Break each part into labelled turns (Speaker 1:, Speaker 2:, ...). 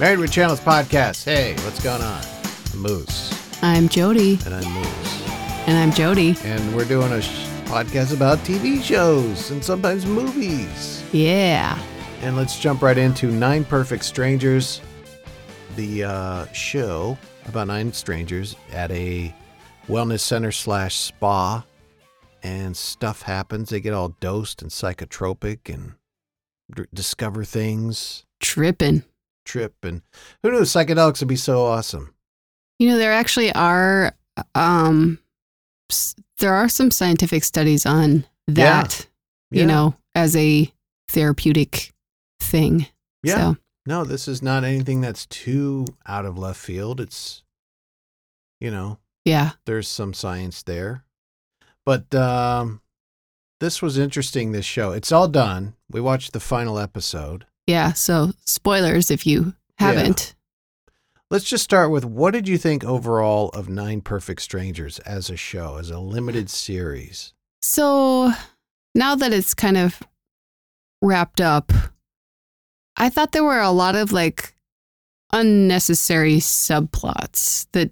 Speaker 1: Married with Channels podcast. Hey, what's going on? I'm Moose,
Speaker 2: I'm Jody,
Speaker 1: and I'm Moose,
Speaker 2: and I'm Jody.
Speaker 1: and we're doing a sh- podcast about TV shows and sometimes movies.
Speaker 2: Yeah.
Speaker 1: And let's jump right into Nine Perfect Strangers, the uh, show about nine strangers at a wellness center slash spa, and stuff happens. They get all dosed and psychotropic and d- discover things,
Speaker 2: Tripping.
Speaker 1: trip, and who knew psychedelics would be so awesome?
Speaker 2: You know, there actually are um s- there are some scientific studies on
Speaker 1: Yeah.
Speaker 2: that, you know, as a therapeutic thing.
Speaker 1: yeah.
Speaker 2: So,
Speaker 1: No, this is not anything that's too out of left field. It's, you know,
Speaker 2: yeah.
Speaker 1: there's some science there. But um, this was interesting, this show. It's all done. We watched the final episode.
Speaker 2: Yeah, so spoilers if you haven't.
Speaker 1: Let's just start with what did you think overall of Nine Perfect Strangers as a show, as a limited series?
Speaker 2: So, now that it's kind of wrapped up, I thought there were a lot of like unnecessary subplots that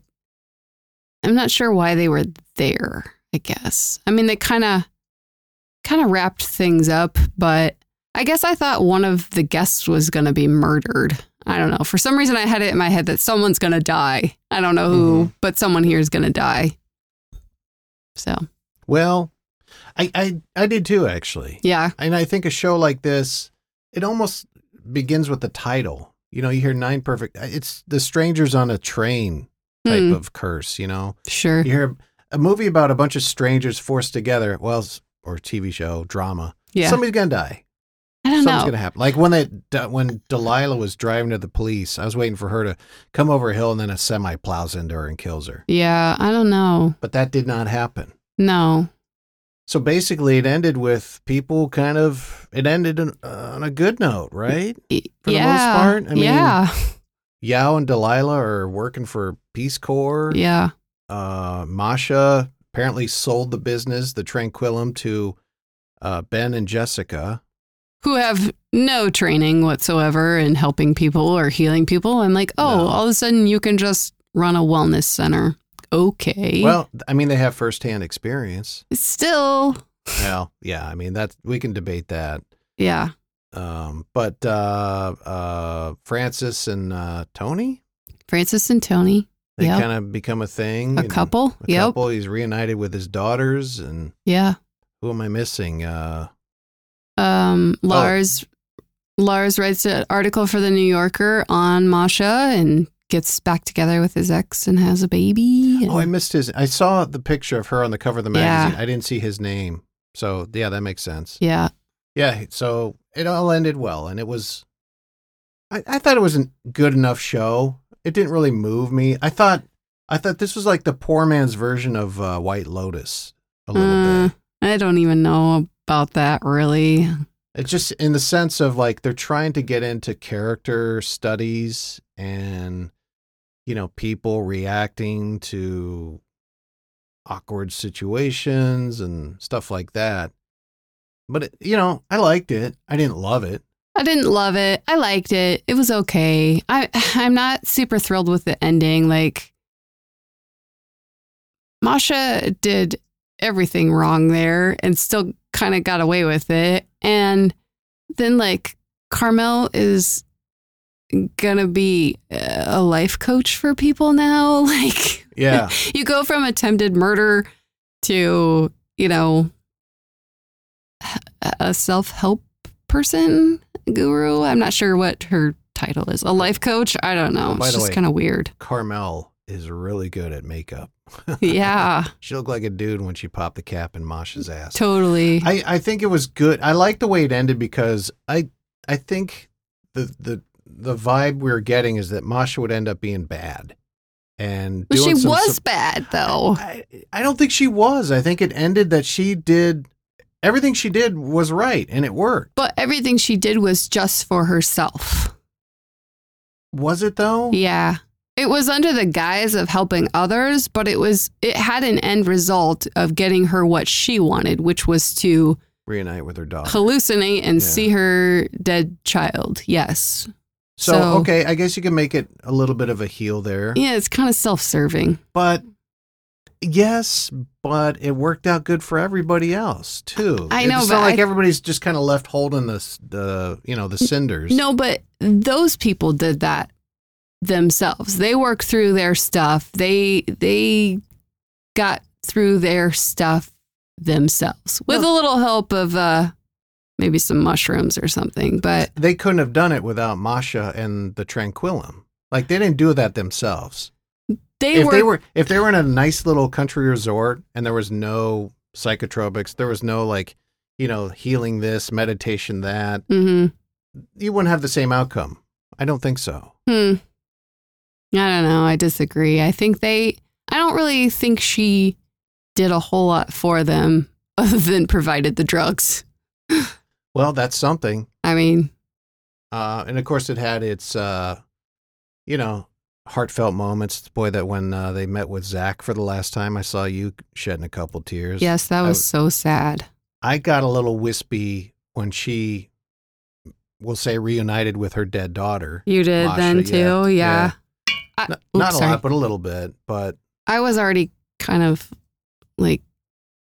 Speaker 2: I'm not sure why they were there, I guess. I mean, they kind of kind of wrapped things up, but I guess I thought one of the guests was going to be murdered. I don't know. For some reason I had it in my head that someone's going to die. I don't know who, but someone here is going to die. So,
Speaker 1: Well, I, I, I did too, actually.
Speaker 2: yeah.
Speaker 1: And I think a show like this, it almost begins with the title. You know, you hear Nine Perfect, uh, it's the strangers on a train type
Speaker 2: Hmm, Mm-hmm.
Speaker 1: of curse, you know?
Speaker 2: sure.
Speaker 1: You hear a movie about a bunch of strangers forced together, well, s- or TV show drama.
Speaker 2: Yeah.
Speaker 1: somebody's gonna die.
Speaker 2: I don't
Speaker 1: Something's
Speaker 2: know.
Speaker 1: gonna happen. Like when that when Delilah was driving to the police, I was waiting for her to come over a hill, and then a semi plows into her and kills her.
Speaker 2: Yeah, I don't know.
Speaker 1: But that did not happen.
Speaker 2: No.
Speaker 1: So basically, it ended with people kind of. It ended in, uh, on a good note, right?
Speaker 2: Y-
Speaker 1: For the most
Speaker 2: yeah.
Speaker 1: part, I mean-
Speaker 2: yeah.
Speaker 1: Yao and Delilah are working for Peace Corps.
Speaker 2: Yeah.
Speaker 1: uh, Masha apparently sold the business, the Tranquillum, to uh, Ben and Jessica.
Speaker 2: Who have no training whatsoever in helping people or healing people. I'm like, oh,
Speaker 1: No.
Speaker 2: all of a sudden you can just run a wellness center. Okay.
Speaker 1: Well, I mean, they have firsthand experience.
Speaker 2: still,
Speaker 1: well, yeah, I mean that we can debate that.
Speaker 2: yeah.
Speaker 1: Um, but uh, uh, Francis and uh, Tony,
Speaker 2: Francis and Tony,
Speaker 1: they
Speaker 2: Yep.
Speaker 1: kind of become a thing.
Speaker 2: a
Speaker 1: and
Speaker 2: couple.
Speaker 1: A
Speaker 2: yep.
Speaker 1: couple. He's reunited with his daughters, and
Speaker 2: Yeah.
Speaker 1: who am I missing? Uh,
Speaker 2: Um,
Speaker 1: Oh.
Speaker 2: Lars. Lars writes an article for the New Yorker on Masha and gets back together with his ex and has a baby. and-
Speaker 1: oh, I missed his. I saw the picture of her on the cover of the magazine.
Speaker 2: Yeah.
Speaker 1: I didn't see his name. So yeah, that makes sense.
Speaker 2: yeah.
Speaker 1: Yeah, so it all ended well, and it was. I, I thought it was a good enough show. It didn't really move me. I thought, I thought this was like the poor man's version of uh, White Lotus a little
Speaker 2: Uh,
Speaker 1: bit.
Speaker 2: I don't even know about that really.
Speaker 1: It's just in the sense of like they're trying to get into character studies and, you know, people reacting to awkward situations and stuff like that. But it, you know, I liked it. I didn't love it.
Speaker 2: I didn't love it. I liked it. It was okay. I I'm not super thrilled with the ending. Like Masha did everything wrong there and still kind of got away with it. And then like Carmel is gonna be uh, a life coach for people now. Like
Speaker 1: Yeah.
Speaker 2: you go from attempted murder to you know a self-help person guru i'm not sure what her title is a life coach i don't know
Speaker 1: Oh, by
Speaker 2: it's
Speaker 1: the
Speaker 2: just
Speaker 1: way.
Speaker 2: kind of weird
Speaker 1: Carmel is really good at makeup.
Speaker 2: yeah
Speaker 1: she looked like a dude when she popped the cap in Masha's ass.
Speaker 2: totally
Speaker 1: I, I think it was good. I like the way it ended because I I think the the the vibe we were getting is that Masha would end up being bad. And
Speaker 2: But she
Speaker 1: doing some
Speaker 2: was
Speaker 1: sup-
Speaker 2: bad though
Speaker 1: I, I don't think she was. I think it ended that she did everything she did was right and it worked.
Speaker 2: but everything she did was just for herself
Speaker 1: Was it though?
Speaker 2: yeah it was under the guise of helping others but it was it had an end result of getting her what she wanted which was to
Speaker 1: Reunite with her dog.
Speaker 2: hallucinate and
Speaker 1: Oh. Yeah.
Speaker 2: see her dead child. Yes.
Speaker 1: So,
Speaker 2: So-
Speaker 1: okay, I guess you can make it a little bit of a heel there.
Speaker 2: Yeah, it's kind of self-serving.
Speaker 1: But yes, but it worked out good for everybody else too.
Speaker 2: I
Speaker 1: It
Speaker 2: know,
Speaker 1: just
Speaker 2: but
Speaker 1: not like
Speaker 2: I-
Speaker 1: everybody's just kind of left holding the s- the you know the cinders.
Speaker 2: No, but those people did that themselves. They worked through their stuff. They they got through their stuff themselves with a little help of uh maybe some mushrooms or something. But
Speaker 1: they couldn't have done it without Masha and the Tranquillum. Like they didn't do that themselves.
Speaker 2: they
Speaker 1: if
Speaker 2: were
Speaker 1: they were if they were in a nice little country resort and there was no psychotropics, there was no like, you know, healing this, meditation that,
Speaker 2: Mhm.
Speaker 1: you wouldn't have the same outcome. I don't think so.
Speaker 2: Hmm. I don't know. I disagree. I think they I don't really think she did a whole lot for them other than provided the drugs.
Speaker 1: Well, that's something.
Speaker 2: I mean,
Speaker 1: Uh, and of course, it had its, uh, you know, heartfelt moments. Boy, that when uh, they met with Zach for the last time, I saw you shedding a couple tears.
Speaker 2: yes, that
Speaker 1: I
Speaker 2: was so sad.
Speaker 1: I got a little wispy when she, we'll say, reunited with her dead daughter.
Speaker 2: You did
Speaker 1: Masha,
Speaker 2: then too,
Speaker 1: yeah,
Speaker 2: yeah.
Speaker 1: yeah.
Speaker 2: I,
Speaker 1: Not,
Speaker 2: oops,
Speaker 1: not a
Speaker 2: sorry.
Speaker 1: lot, but a little bit. But
Speaker 2: I was already kind of like,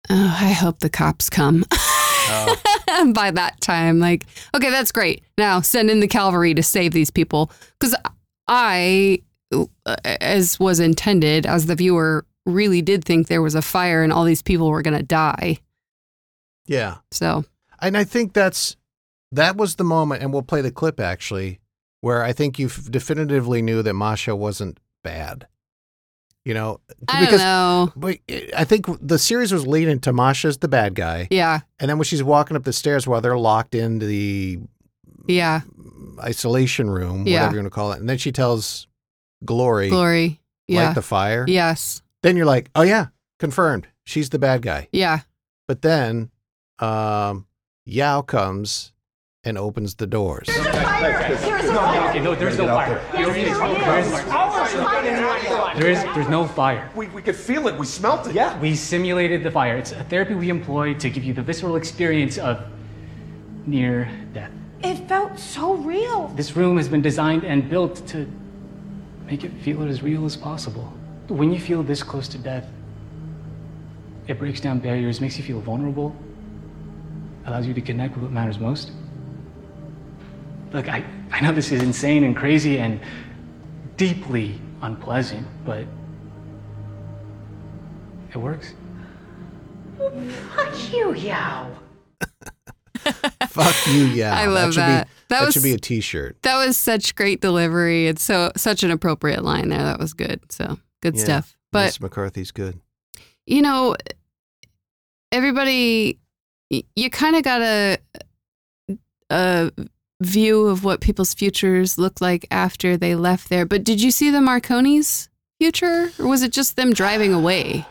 Speaker 2: oh, I hope the cops come.
Speaker 1: Oh.
Speaker 2: By that time, like, okay, that's great. Now send in the cavalry to save these people. Because I, as was intended, as the viewer, really did think there was a fire and all these people were going to die.
Speaker 1: yeah.
Speaker 2: So,
Speaker 1: And I think that's, that was the moment, and we'll play the clip actually, where I think you definitively knew that Masha wasn't bad. You know,
Speaker 2: I don't know.
Speaker 1: But eh, I think the series was leading to Masha's the bad guy,
Speaker 2: Yeah.
Speaker 1: and then when she's walking up the stairs while they're locked in the mm,
Speaker 2: Yeah.
Speaker 1: isolation room,
Speaker 2: Yeah.
Speaker 1: whatever you want to call it, and then she tells Glory,
Speaker 2: Glory.
Speaker 1: light
Speaker 2: Yeah.
Speaker 1: the fire.
Speaker 2: yes.
Speaker 1: Then you're like, oh yeah, confirmed, she's the bad guy.
Speaker 2: Yeah.
Speaker 1: But then, um, Yao comes and opens the doors.
Speaker 3: Here's a fire.
Speaker 4: Okay, no, there's no fire. There is, there's no fire.
Speaker 5: We, we could feel it. We smelt it. Yeah.
Speaker 4: We simulated the fire. It's a therapy we employ to give you the visceral experience of near death.
Speaker 3: It felt so real.
Speaker 4: This room has been designed and built to make it feel as real as possible. When you feel this close to death, it breaks down barriers, makes you feel vulnerable, allows you to connect with what matters most. Look, I, I know this is insane and crazy and deeply unpleasant, but it works.
Speaker 3: Fuck you, yo.
Speaker 1: Fuck you, Yao.
Speaker 2: I love
Speaker 1: should be-
Speaker 2: that. That was-
Speaker 1: should be a T-shirt.
Speaker 2: That was such great delivery. It's so such an appropriate line there. That was good. So good
Speaker 1: Yeah.
Speaker 2: stuff. But
Speaker 1: Miss McCarthy's good.
Speaker 2: you know, everybody, y- you kind of got a a view of what people's futures look like after they left there. But did you see the Marconi's future, or was it just them driving away?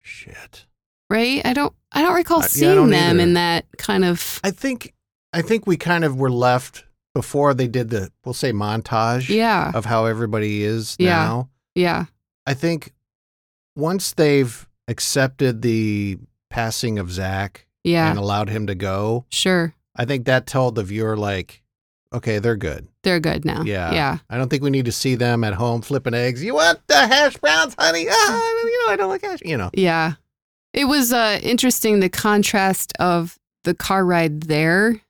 Speaker 1: Shit.
Speaker 2: Right? I don't. I don't recall
Speaker 1: I- yeah, I
Speaker 2: seeing
Speaker 1: don't
Speaker 2: them
Speaker 1: either.
Speaker 2: in that kind of.
Speaker 1: I think I think we kind of were left before they did the we'll say montage
Speaker 2: Yeah.
Speaker 1: of how everybody is
Speaker 2: Yeah.
Speaker 1: now.
Speaker 2: Yeah.
Speaker 1: I think once they've accepted the passing of Zach
Speaker 2: Yeah.
Speaker 1: and allowed him to go,
Speaker 2: Sure.
Speaker 1: I think that told the viewer like, okay, they're good.
Speaker 2: They're good now.
Speaker 1: Yeah.
Speaker 2: Yeah.
Speaker 1: I don't think we need to see them at home flipping eggs. You want the hash browns, honey? Ah, you know, I don't like hash. You know.
Speaker 2: Yeah. It was uh, interesting the contrast of the car ride there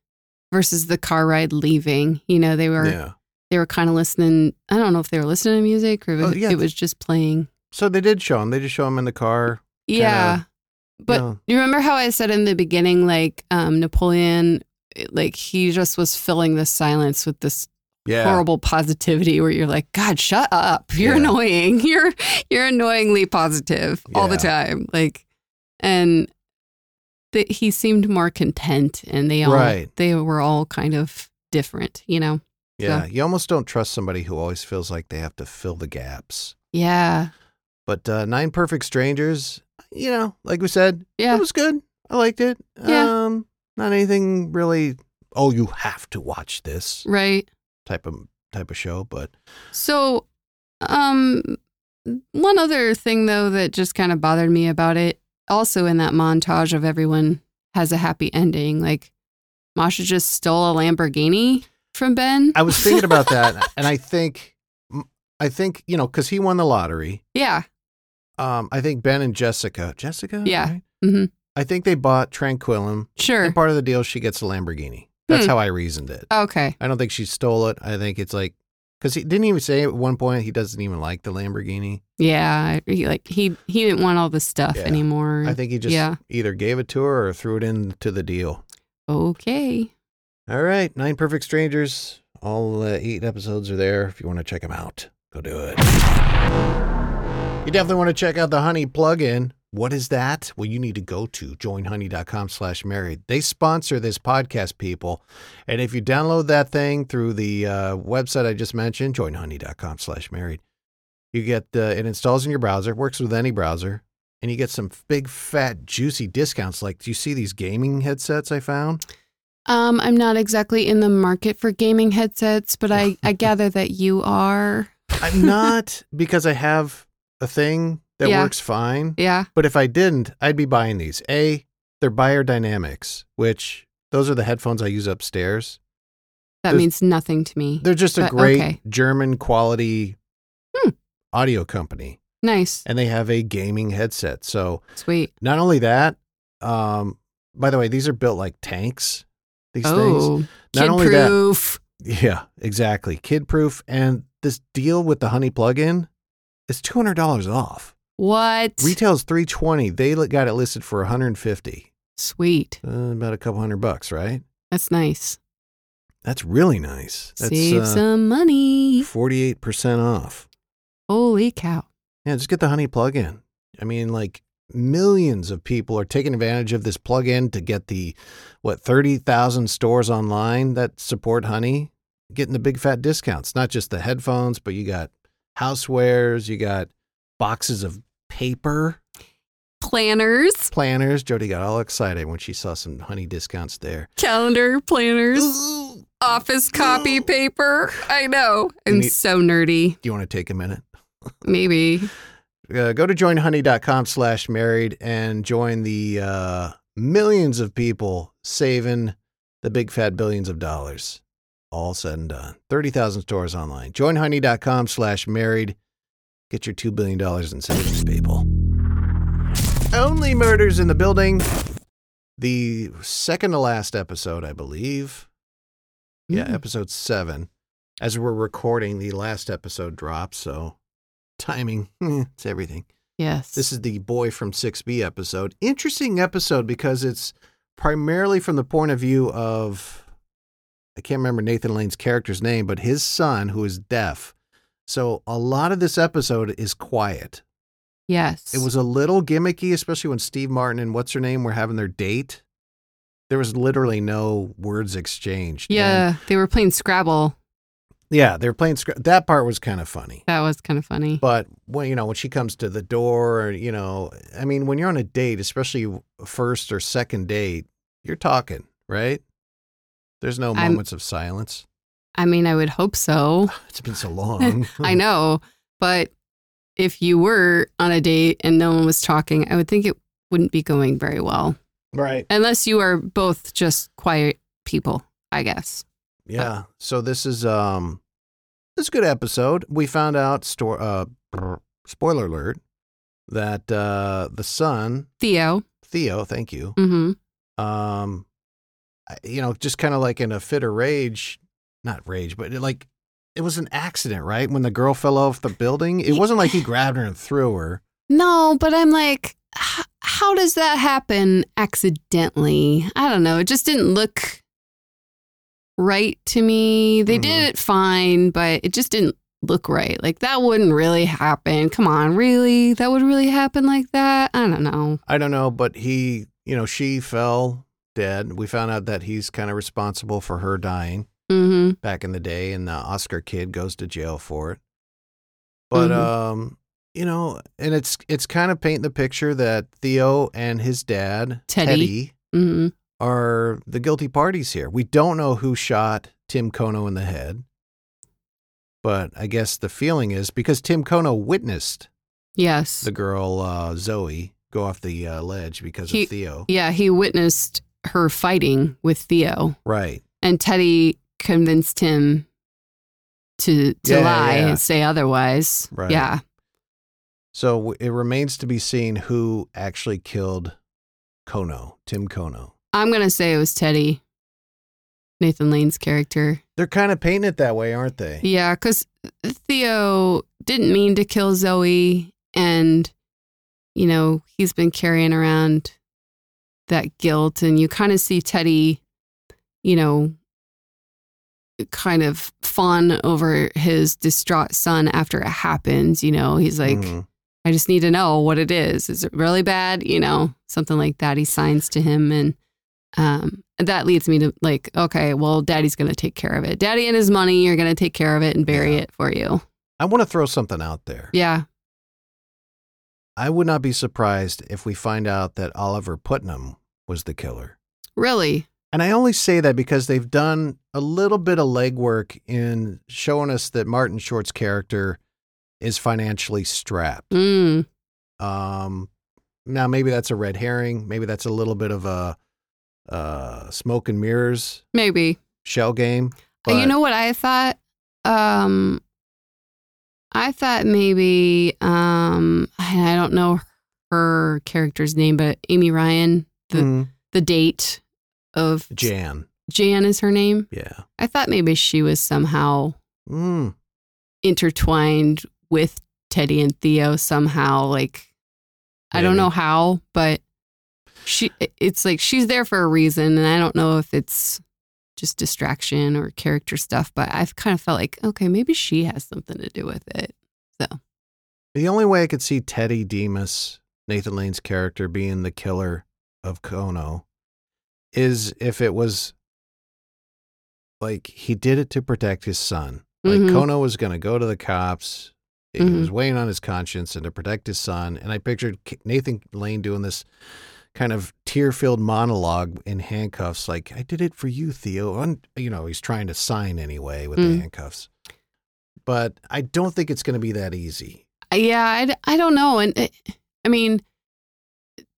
Speaker 2: versus the car ride leaving. You know, they were
Speaker 1: Yeah.
Speaker 2: they were kind of listening. I don't know if they were listening to music or
Speaker 1: Oh, yeah.
Speaker 2: it was just playing.
Speaker 1: So they did show him. They just show him in the car.
Speaker 2: Yeah. But
Speaker 1: you know.
Speaker 2: you remember how I said in the beginning, like um, Napoleon, like he just was filling the silence with this
Speaker 1: yeah.
Speaker 2: horrible positivity where you're like, God, shut up. You're
Speaker 1: Yeah.
Speaker 2: annoying. You're you're annoyingly positive all the time. Like and that he seemed more content and they all
Speaker 1: Right.
Speaker 2: they were all kind of different, you know?
Speaker 1: Yeah, you almost don't trust somebody who always feels like they have to fill the gaps.
Speaker 2: Yeah.
Speaker 1: But uh, Nine Perfect Strangers, you know, like we said,
Speaker 2: Yeah.
Speaker 1: it was good. I liked it.
Speaker 2: Yeah.
Speaker 1: Um, not anything really. Oh, you have to watch this
Speaker 2: Right.
Speaker 1: type of type of show, but
Speaker 2: So um one other thing though that just kind of bothered me about it, also in that montage of everyone has a happy ending, like Masha just stole a Lamborghini. from Ben?
Speaker 1: I was thinking about that, and I think, I think you know, because he won the lottery.
Speaker 2: yeah.
Speaker 1: Um, I think Ben and Jessica, Jessica,
Speaker 2: Yeah.
Speaker 1: right?
Speaker 2: hmm
Speaker 1: I think they bought Tranquillum,
Speaker 2: Sure.
Speaker 1: and part of the deal she gets a Lamborghini. That's
Speaker 2: Hmm.
Speaker 1: how I reasoned it.
Speaker 2: Okay.
Speaker 1: I don't think she stole it. I think it's like because he didn't even say at one point he doesn't even like the Lamborghini.
Speaker 2: Yeah. He like he he didn't want all this stuff
Speaker 1: Yeah.
Speaker 2: anymore.
Speaker 1: I think he just
Speaker 2: Mm, Yeah.
Speaker 1: either gave it to her or threw it into the deal.
Speaker 2: Okay.
Speaker 1: All right, Nine Perfect Strangers. All uh, eight episodes are there. If you want to check them out, go do it. You definitely want to check out the Honey plugin. What is that? Well, you need to go to joinhoney.com slash married. They sponsor this podcast, people. And if you download that thing through the uh, website I just mentioned, joinhoney.com slash married, you get uh, it installs in your browser, works with any browser, and you get some big, fat, juicy discounts. Like, do you see these gaming headsets I found?
Speaker 2: Um, I'm not exactly in the market for gaming headsets, but I, I gather that you are.
Speaker 1: I'm not because I have a thing that
Speaker 2: Yeah.
Speaker 1: works fine.
Speaker 2: Yeah.
Speaker 1: But if I didn't, I'd be buying these. A, they're Biodynamics, which those are the headphones I use upstairs.
Speaker 2: That
Speaker 1: There's-
Speaker 2: means nothing to me.
Speaker 1: They're just a
Speaker 2: But-
Speaker 1: great
Speaker 2: okay.
Speaker 1: German quality
Speaker 2: Hmm.
Speaker 1: audio company,
Speaker 2: Nice.
Speaker 1: and they have a gaming headset. So
Speaker 2: Sweet.
Speaker 1: not only that, um, by the way, these are built like tanks. These things,
Speaker 2: Oh,
Speaker 1: not
Speaker 2: kid
Speaker 1: only that-
Speaker 2: proof.
Speaker 1: yeah, exactly, kid proof. And this deal with the Honey plug-in is two hundred dollars off.
Speaker 2: What?
Speaker 1: Retail's 320. They li- got it listed for 150.
Speaker 2: Sweet.
Speaker 1: Uh, about a couple hundred bucks, right?
Speaker 2: That's nice.
Speaker 1: That's really nice. That's
Speaker 2: Save
Speaker 1: uh,
Speaker 2: some money.
Speaker 1: 48% off.
Speaker 2: Holy cow.
Speaker 1: Yeah, just get the Honey plug-in. I mean, like millions of people are taking advantage of this plug-in to get the what 30,000 stores online that support Honey getting the big fat discounts. Not just the headphones, but you got housewares, you got boxes of paper.
Speaker 2: Planners,
Speaker 1: planners. Jody got all excited when she saw some honey discounts there.
Speaker 2: calendar planners,
Speaker 1: Do
Speaker 2: office copy paper. I know.
Speaker 1: You
Speaker 2: I'm
Speaker 1: need-
Speaker 2: so nerdy.
Speaker 1: you want to take a minute?
Speaker 2: Maybe.
Speaker 1: Uh, go to joinhoney.com slash married and join the uh, millions of people saving the big fat billions of dollars. All said and done. 30,000 stores online. Joinhoney.com slash married. Get your $2 billion in savings, people. Only Murders in the Building. The second to last episode, I believe. Yeah,
Speaker 2: Mm.
Speaker 1: episode seven. As we're recording, the last episode dropped, so timing, it's everything.
Speaker 2: Yes.
Speaker 1: This is the Boy from 6B episode. Interesting episode because it's primarily from the point of view of, I can't remember Nathan Lane's character's name, but his son who is deaf. So a lot of this episode is quiet.
Speaker 2: yes.
Speaker 1: It was a little gimmicky, especially when Steve Martin and what's her name were having their date. There was literally no words exchanged. And-
Speaker 2: Yeah. They were playing Scrabble.
Speaker 1: yeah, they're playing. Scr- That part was kind of funny.
Speaker 2: That was kind of funny.
Speaker 1: But when you know when she comes to the door, you know, I mean, when you're on a date, especially first or second date, you're talking, right? There's no
Speaker 2: I'm-
Speaker 1: moments of silence.
Speaker 2: I mean, I would hope so.
Speaker 1: It's been so long.
Speaker 2: I know, but if you were on a date and no one was talking, I would think it wouldn't be going very well.
Speaker 1: right?
Speaker 2: Unless you are both just quiet people, I guess.
Speaker 1: Yeah. So this is um, this is a good episode. We found out store uh, brr, spoiler alert that uh, the son
Speaker 2: Theo,
Speaker 1: Theo, thank you,
Speaker 2: hmm
Speaker 1: um I- you know just kind of like in a fit of rage not rage but it, like it was an accident right when the girl fell off the building it
Speaker 2: Ye-
Speaker 1: wasn't like he grabbed her and threw her
Speaker 2: No, but I'm like, h- how does that happen accidentally? I don't know. It just didn't look right to me. They
Speaker 1: Mhm.
Speaker 2: did it fine, but it just didn't look right. Like, that wouldn't really happen. Come on, really? That would really happen like that? I don't know.
Speaker 1: i don't know but he you know she fell dead we found out that he's kind of responsible for her dying
Speaker 2: hmm
Speaker 1: back in the day and the oscar kid goes to jail for it but
Speaker 2: Mhm.
Speaker 1: um you know and it's it's kind of painting the picture that theo and his dad
Speaker 2: Teddy.
Speaker 1: teddy
Speaker 2: hmm
Speaker 1: are the guilty parties here. We don't know who shot Tim Kono in the head, but I guess the feeling is because Tim Kono witnessed
Speaker 2: Yes.
Speaker 1: the girl uh, Zoe go off the uh, ledge because
Speaker 2: He-
Speaker 1: of Theo.
Speaker 2: yeah, he witnessed her fighting with Theo,
Speaker 1: Right.
Speaker 2: and Teddy convinced him to to
Speaker 1: Yeah, yeah,
Speaker 2: lie
Speaker 1: yeah.
Speaker 2: and say otherwise.
Speaker 1: Right.
Speaker 2: Yeah.
Speaker 1: So w- it remains to be seen who actually killed Kono, Tim Kono.
Speaker 2: I'm gonna say it was Teddy, Nathan Lane's character.
Speaker 1: They're kind of painting it that way, aren't they?
Speaker 2: Yeah, because Theo didn't mean to kill Zoe, and you know he's been carrying around that guilt, and you kind of see Teddy, you know, kind of fawn over his distraught son after it happens. You know, he's like,
Speaker 1: Mhm.
Speaker 2: I just need to know what it is. Is it really bad? You know, something like that. He signs to him and um that leads me to like, okay, well, daddy's gonna take care of it. Daddy and his money are gonna take care of it and bury
Speaker 1: Yeah.
Speaker 2: it for you.
Speaker 1: I want to throw something out there.
Speaker 2: Yeah.
Speaker 1: I would not be surprised if we find out that Oliver Putnam was the killer.
Speaker 2: Really?
Speaker 1: And I only say that because they've done a little bit of legwork in showing us that Martin Short's character is financially strapped.
Speaker 2: Mm.
Speaker 1: Um, now maybe that's a red herring. Maybe that's a little bit of a uh, smoke and mirrors
Speaker 2: Maybe.
Speaker 1: shell game.
Speaker 2: Uh, you
Speaker 1: but-
Speaker 2: know what I thought? Um I thought maybe um I I don't know her character's name, but Amy Ryan, the
Speaker 1: Mhm.
Speaker 2: the date of
Speaker 1: Jan.
Speaker 2: Jan is her name.
Speaker 1: Yeah.
Speaker 2: I thought maybe she was somehow
Speaker 1: Mm.
Speaker 2: intertwined with Teddy and Theo somehow. Like, I don't
Speaker 1: Maybe.
Speaker 2: know how, but she, it's like she's there for a reason. And I don't know if it's just distraction or character stuff, but I've kind of felt like, okay, maybe she has something to do with it.
Speaker 1: The only way I could see Teddy Demas, Nathan Lane's character, being the killer of Kono is if it was like he did it to protect his son. Like
Speaker 2: Mhm.
Speaker 1: Kono was going to go to the cops. He
Speaker 2: Mhm.
Speaker 1: was weighing on his conscience and to protect his son. And I pictured K- Nathan Lane doing this kind of tear-filled monologue in handcuffs, like "I did it for you, Theo." And you know, he's trying to sign anyway with the
Speaker 2: Mm.
Speaker 1: handcuffs. But I don't think it's going to be that easy.
Speaker 2: I- Yeah, I, d- I don't know. And it, I mean,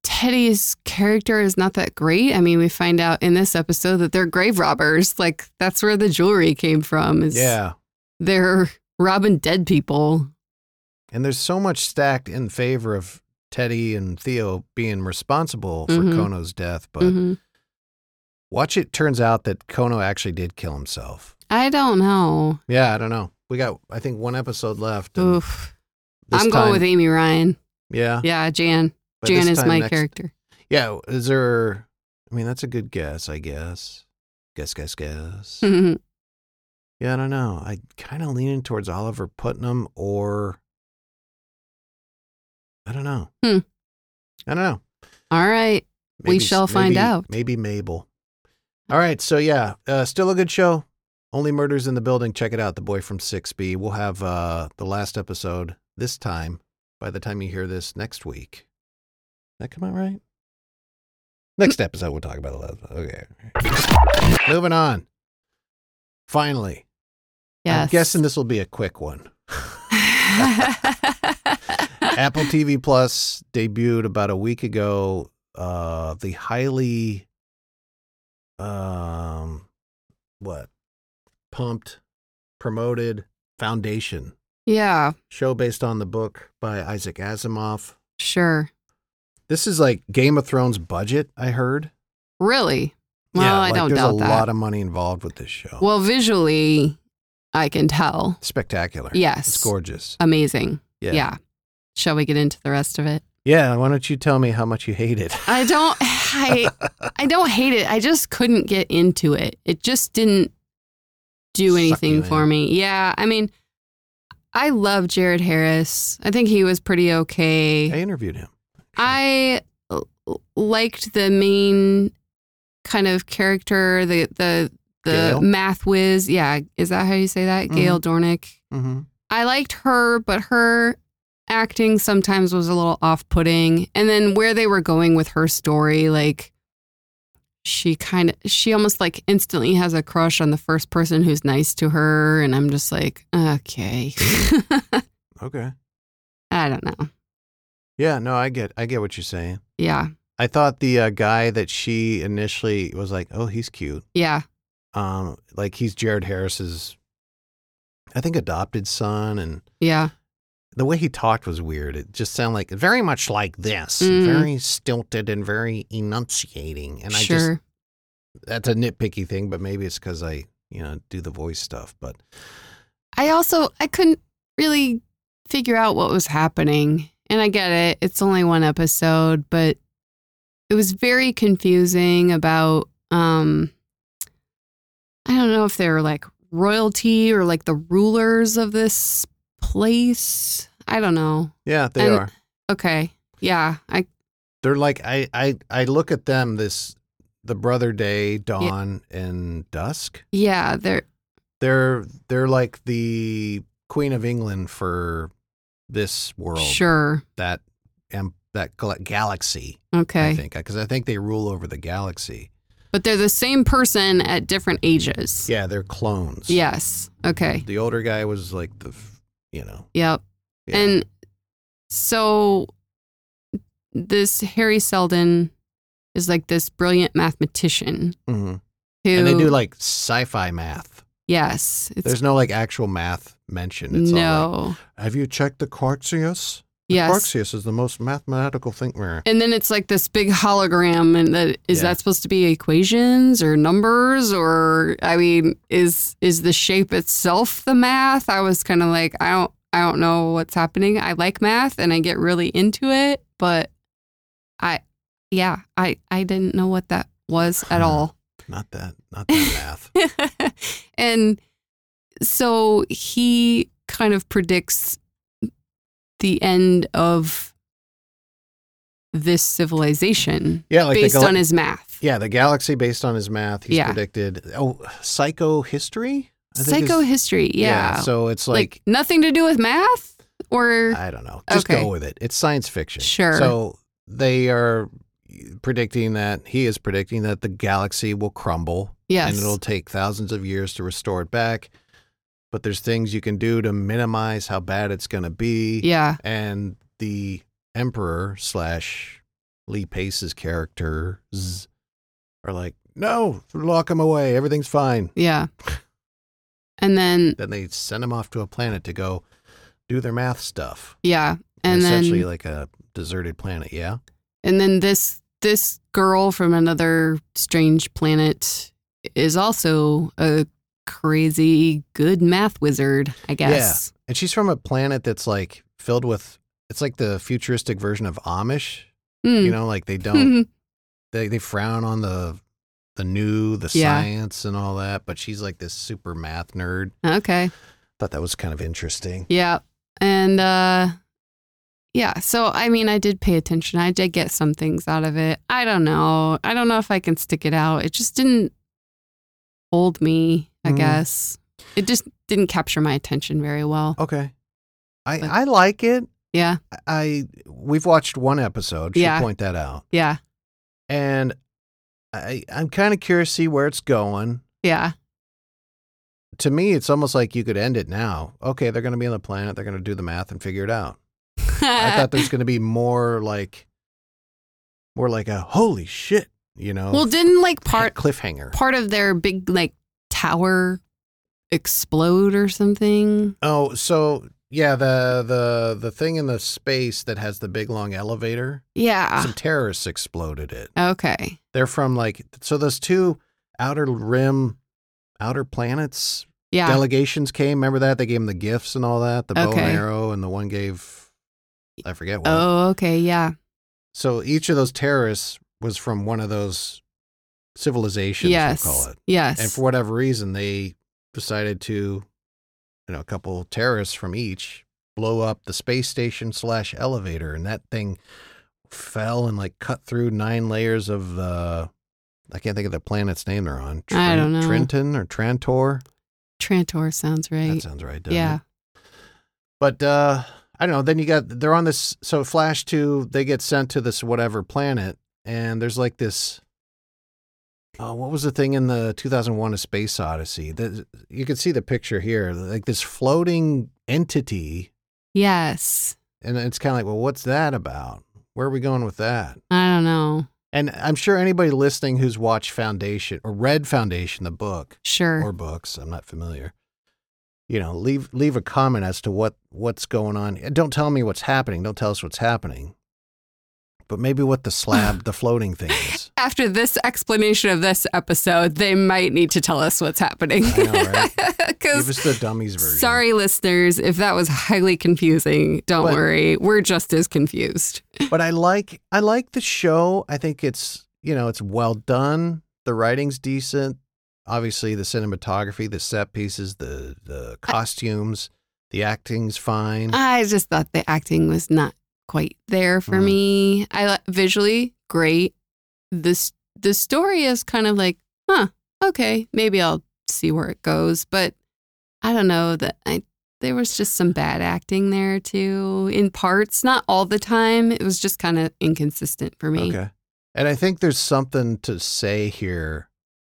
Speaker 2: Teddy's character is not that great. I mean, we find out in this episode that they're grave robbers. Like, that's where the jewelry came from. Is
Speaker 1: Yeah.
Speaker 2: they're robbing dead people.
Speaker 1: And there's so much stacked in favor of Teddy and Theo being responsible for
Speaker 2: Mhm.
Speaker 1: Kono's death, but
Speaker 2: Mhm.
Speaker 1: watch it turns out that Kono actually did kill himself.
Speaker 2: I don't know.
Speaker 1: Yeah, I don't know. We got I think one episode left. and
Speaker 2: Oof.
Speaker 1: this
Speaker 2: I'm
Speaker 1: time-
Speaker 2: going with Amy Ryan.
Speaker 1: Yeah.
Speaker 2: Yeah, Jan.
Speaker 1: but
Speaker 2: Jan
Speaker 1: this
Speaker 2: is
Speaker 1: time
Speaker 2: my
Speaker 1: next-
Speaker 2: character.
Speaker 1: Yeah, is there I mean that's a good guess, I guess. Guess, guess, guess.
Speaker 2: Mhm.
Speaker 1: yeah, I don't know. I kinda leaning towards Oliver Putnam or I don't know.
Speaker 2: Hmm.
Speaker 1: I don't know.
Speaker 2: All right. We shall find
Speaker 1: maybe-
Speaker 2: out.
Speaker 1: Maybe Mabel. All right. So, yeah, uh, still a good show. Only Murders in the Building. Check it out. The Boy from 6B. We'll have uh, the last episode this time by the time you hear this next week. That come out right? Next episode, we'll talk about the last. Okay. Moving on. Finally.
Speaker 2: Yes.
Speaker 1: I'm guessing this will be a quick one. Apple TV Plus debuted about a week ago uh the highly um what pumped promoted foundation
Speaker 2: yeah,
Speaker 1: show based on the book by Isaac Asimov.
Speaker 2: sure.
Speaker 1: This is like Game of Thrones budget, I heard.
Speaker 2: Really? Well, I
Speaker 1: like
Speaker 2: don't
Speaker 1: there's
Speaker 2: doubt
Speaker 1: a
Speaker 2: that.
Speaker 1: lot of money involved with this show.
Speaker 2: well, visually, I can tell.
Speaker 1: Spectacular.
Speaker 2: Yes.
Speaker 1: It's gorgeous.
Speaker 2: Amazing.
Speaker 1: Yeah.
Speaker 2: yeah. Shall we get into the rest of it?
Speaker 1: Yeah, why don't you tell me how much you hate it?
Speaker 2: I don't I I don't hate it. I just couldn't get into it. It just didn't do
Speaker 1: Suck you
Speaker 2: anything
Speaker 1: in.
Speaker 2: for me. Yeah, I mean I love Jared Harris. I think he was pretty okay.
Speaker 1: I interviewed him.
Speaker 2: I l- liked the main kind of character, the the the
Speaker 1: Gail?
Speaker 2: math whiz. Yeah, is that how you say that? Gail Dornick.
Speaker 1: Mm-hmm.
Speaker 2: I liked her, but her acting sometimes was a little off putting. And then where they were going with her story, like she kind of, she almost like instantly has a crush on the first person who's nice to her. And I'm just like, okay.
Speaker 1: Okay.
Speaker 2: I don't know.
Speaker 1: Yeah, no, I get I get what you're saying.
Speaker 2: Yeah.
Speaker 1: I thought the uh, guy that she initially was like, "Oh, he's cute."
Speaker 2: Yeah.
Speaker 1: Um, like he's Jared Harris's, I think, adopted son, and
Speaker 2: Yeah.
Speaker 1: the way he talked was weird. It just sounded like very much like this,
Speaker 2: Mm.
Speaker 1: very stilted and very enunciating. And I just
Speaker 2: sure.
Speaker 1: that's a nitpicky thing, but maybe it's because I you know do the voice stuff. But
Speaker 2: I also I couldn't really figure out what was happening. And I get it. It's only one episode, but it was very confusing about um I don't know if they were like royalty or like the rulers of this place. I don't know.
Speaker 1: yeah, they
Speaker 2: And-
Speaker 1: are.
Speaker 2: Okay. Yeah. I
Speaker 1: They're like I I I look at them this the brother day dawn and dusk.
Speaker 2: yeah, they're
Speaker 1: They're they're like the queen of England for this world
Speaker 2: sure.
Speaker 1: that um, that gal- galaxy. I
Speaker 2: Okay.
Speaker 1: think because I think they rule over the galaxy.
Speaker 2: But they're the same person at different ages.
Speaker 1: Yeah, they're clones.
Speaker 2: Yes. Okay.
Speaker 1: the older guy was like the f- you know
Speaker 2: Yep.
Speaker 1: yeah.
Speaker 2: And so this Harry Seldon is like this brilliant mathematician
Speaker 1: Mhm.
Speaker 2: who
Speaker 1: and they do like sci-fi math.
Speaker 2: yes, it's
Speaker 1: There's no like actual math mentioned. It's all like,
Speaker 2: no.
Speaker 1: have you checked the Quartzius?
Speaker 2: yes.
Speaker 1: Quartzius is the most mathematical thing. Meh.
Speaker 2: And then it's like this big hologram and that is
Speaker 1: Yeah.
Speaker 2: that supposed to be equations or numbers or I mean is is the shape itself the math? I was kind of like I don't I don't know what's happening. I like math and I get really into it, but I yeah, I I didn't know what that was at all.
Speaker 1: Not that. Not that math.
Speaker 2: and so he kind of predicts the end of this civilization
Speaker 1: Yeah, like
Speaker 2: based
Speaker 1: the gal-
Speaker 2: on his math.
Speaker 1: yeah the galaxy based on his math. He's
Speaker 2: Yeah.
Speaker 1: predicted. Oh, psychohistory. I think is-
Speaker 2: Psychohistory, yeah.
Speaker 1: So it's
Speaker 2: like,
Speaker 1: like,
Speaker 2: nothing to do with math or
Speaker 1: I don't know. Just
Speaker 2: Okay.
Speaker 1: go with it. It's science fiction.
Speaker 2: Sure.
Speaker 1: So they are predicting that he is predicting that the galaxy will crumble
Speaker 2: yes.
Speaker 1: and it'll take thousands of years to restore it back. But there's things you can do to minimize how bad it's going to be.
Speaker 2: yeah.
Speaker 1: And the emperor slash Lee Pace's characters are like, no, lock him away. Everything's fine.
Speaker 2: Yeah. And then
Speaker 1: Then they send him off to a planet to go do their math stuff.
Speaker 2: yeah, and
Speaker 1: essentially
Speaker 2: then
Speaker 1: like a deserted planet. Yeah.
Speaker 2: And then this this girl from another strange planet is also a crazy good math wizard, I guess.
Speaker 1: And she's from a planet that's like filled with, it's like the futuristic version of Amish.
Speaker 2: Hmm.
Speaker 1: You know, like they don't they they frown on the the new, the
Speaker 2: Yeah.
Speaker 1: science and all that, but she's like this super math nerd.
Speaker 2: okay.
Speaker 1: Thought that was kind of interesting.
Speaker 2: Yeah. And uh yeah, so I mean I did pay attention. I did get some things out of it. I don't know. I don't know if I can stick it out. It just didn't hold me, I
Speaker 1: Mm.
Speaker 2: guess. It just didn't capture my attention very well.
Speaker 1: Okay. I
Speaker 2: But-
Speaker 1: I like it.
Speaker 2: Yeah.
Speaker 1: I we've watched one episode, should
Speaker 2: Yeah.
Speaker 1: point that out.
Speaker 2: Yeah.
Speaker 1: And I I'm kind of curious to see where it's going.
Speaker 2: Yeah.
Speaker 1: To me, it's almost like you could end it now. Okay, they're going to be on the planet, they're going to do the math and figure it out.
Speaker 2: Uh,
Speaker 1: I thought there's going to be more like more like a holy shit, you know.
Speaker 2: Well, didn't like part
Speaker 1: cliffhanger.
Speaker 2: part of their big like tower explode or something.
Speaker 1: Oh, so yeah, the the the thing in the space that has the big long elevator,
Speaker 2: Yeah.
Speaker 1: some terrorists exploded it.
Speaker 2: Okay.
Speaker 1: They're from like so those two outer rim outer planets
Speaker 2: Yeah.
Speaker 1: delegations came. Remember that they gave them the gifts and all that, the bow
Speaker 2: Okay.
Speaker 1: and arrow, and the one gave I forget what.
Speaker 2: oh, okay. Yeah.
Speaker 1: So each of those terrorists was from one of those civilizations.
Speaker 2: Yes.
Speaker 1: We'll call it.
Speaker 2: Yes.
Speaker 1: And for whatever reason, they decided to, you know, a couple terrorists from each blow up the space station slash elevator, and that thing fell and like cut through nine layers of Uh, I can't think of the planet's name they're on.
Speaker 2: I don't know.
Speaker 1: Trenton or Trantor.
Speaker 2: Trantor sounds
Speaker 1: That
Speaker 2: right.
Speaker 1: sounds right. Doesn't
Speaker 2: Yeah.
Speaker 1: It? But uh, I don't know. Then you got they're on this. So Flash Two, they get sent to this whatever planet, and there's like this. Oh, what was the thing in the 2001: A Space Odyssey? The, you can see the picture here, like this floating entity,
Speaker 2: Yes.
Speaker 1: and it's kind of like, well, what's that about? Where are we going with that?
Speaker 2: I don't know.
Speaker 1: And I'm sure anybody listening who's watched Foundation or read Foundation, the book
Speaker 2: Sure.
Speaker 1: or books, I'm not familiar. You know, leave leave a comment as to what what's going on. And Don't tell me what's happening. Don't tell us what's happening. But maybe what the slab, the floating thing is.
Speaker 2: After this explanation of this episode, they might need to tell us what's happening.
Speaker 1: I know, right? Give
Speaker 2: 'Cause-
Speaker 1: us the dummies version.
Speaker 2: Sorry, listeners, if that was highly confusing, don't
Speaker 1: But-
Speaker 2: worry. We're just as confused.
Speaker 1: but I like I like the show. I think it's you know it's well done. The writing's decent. Obviously, the cinematography, the set pieces, the the costumes, the acting's fine.
Speaker 2: I just thought the acting was not quite there for
Speaker 1: Mm.
Speaker 2: me. I li- visually great. This the story is kind of like, huh, okay, maybe I'll see where it goes, but I don't know that I there was just some bad acting there too in parts, not all the time. It was just kind of inconsistent for me.
Speaker 1: Okay. And I think there's something to say here.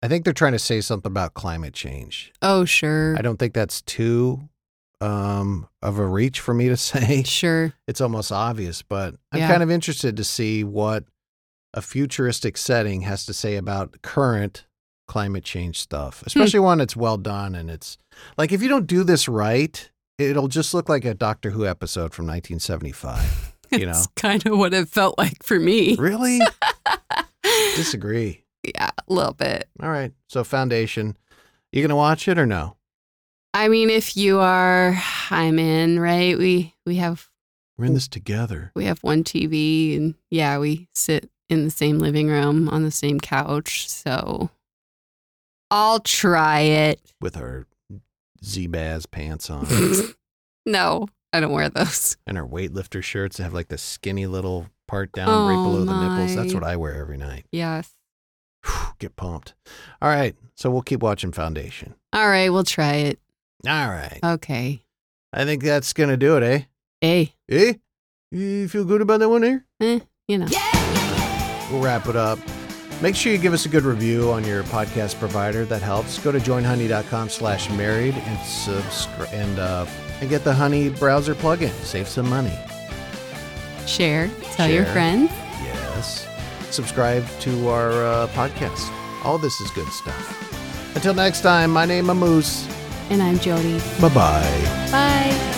Speaker 1: I think they're trying to say something about climate change.
Speaker 2: Oh, sure.
Speaker 1: I don't think that's too um, of a reach for me to say.
Speaker 2: Sure.
Speaker 1: It's almost obvious, but I'm
Speaker 2: Yeah.
Speaker 1: kind of interested to see what a futuristic setting has to say about current climate change stuff,
Speaker 2: Hmm.
Speaker 1: especially when it's well done and it's like if you don't do this right, it'll just look like a Doctor Who episode from 1975. You know,
Speaker 2: It's kind of what it felt like for me.
Speaker 1: really? Disagree.
Speaker 2: Yeah, a little bit.
Speaker 1: All right. So Foundation, you gonna watch it or no?
Speaker 2: I mean, if you are, I'm in, right? We we have
Speaker 1: We're in this together.
Speaker 2: we have one TV, and yeah, we sit in the same living room on the same couch. So I'll try it.
Speaker 1: with her Z-Baz pants on
Speaker 2: no, I don't wear those.
Speaker 1: and her weightlifter shirts that have like the skinny little part down right
Speaker 2: Oh,
Speaker 1: below the nipples. That's
Speaker 2: my.
Speaker 1: what I wear every night.
Speaker 2: Yes.
Speaker 1: Whew, get pumped. All right. So we'll keep watching Foundation.
Speaker 2: All right, we'll try it.
Speaker 1: All right.
Speaker 2: Okay.
Speaker 1: I think that's going to do it, eh?
Speaker 2: Hey,
Speaker 1: Eh? You feel good about that one, eh?
Speaker 2: eh, you know.
Speaker 1: We'll wrap it up. Make sure you give us a good review on your podcast provider. That helps. Go to joinhoney.com slash married and subscribe and, uh, and get the Honey browser plugin. Save some money.
Speaker 2: Share. Tell your
Speaker 1: Share.
Speaker 2: friends.
Speaker 1: Yes. Subscribe to our uh, podcast. All this is good stuff. Until next time, my name is Moose.
Speaker 2: And I'm Jody.
Speaker 1: Bye bye.
Speaker 2: Bye.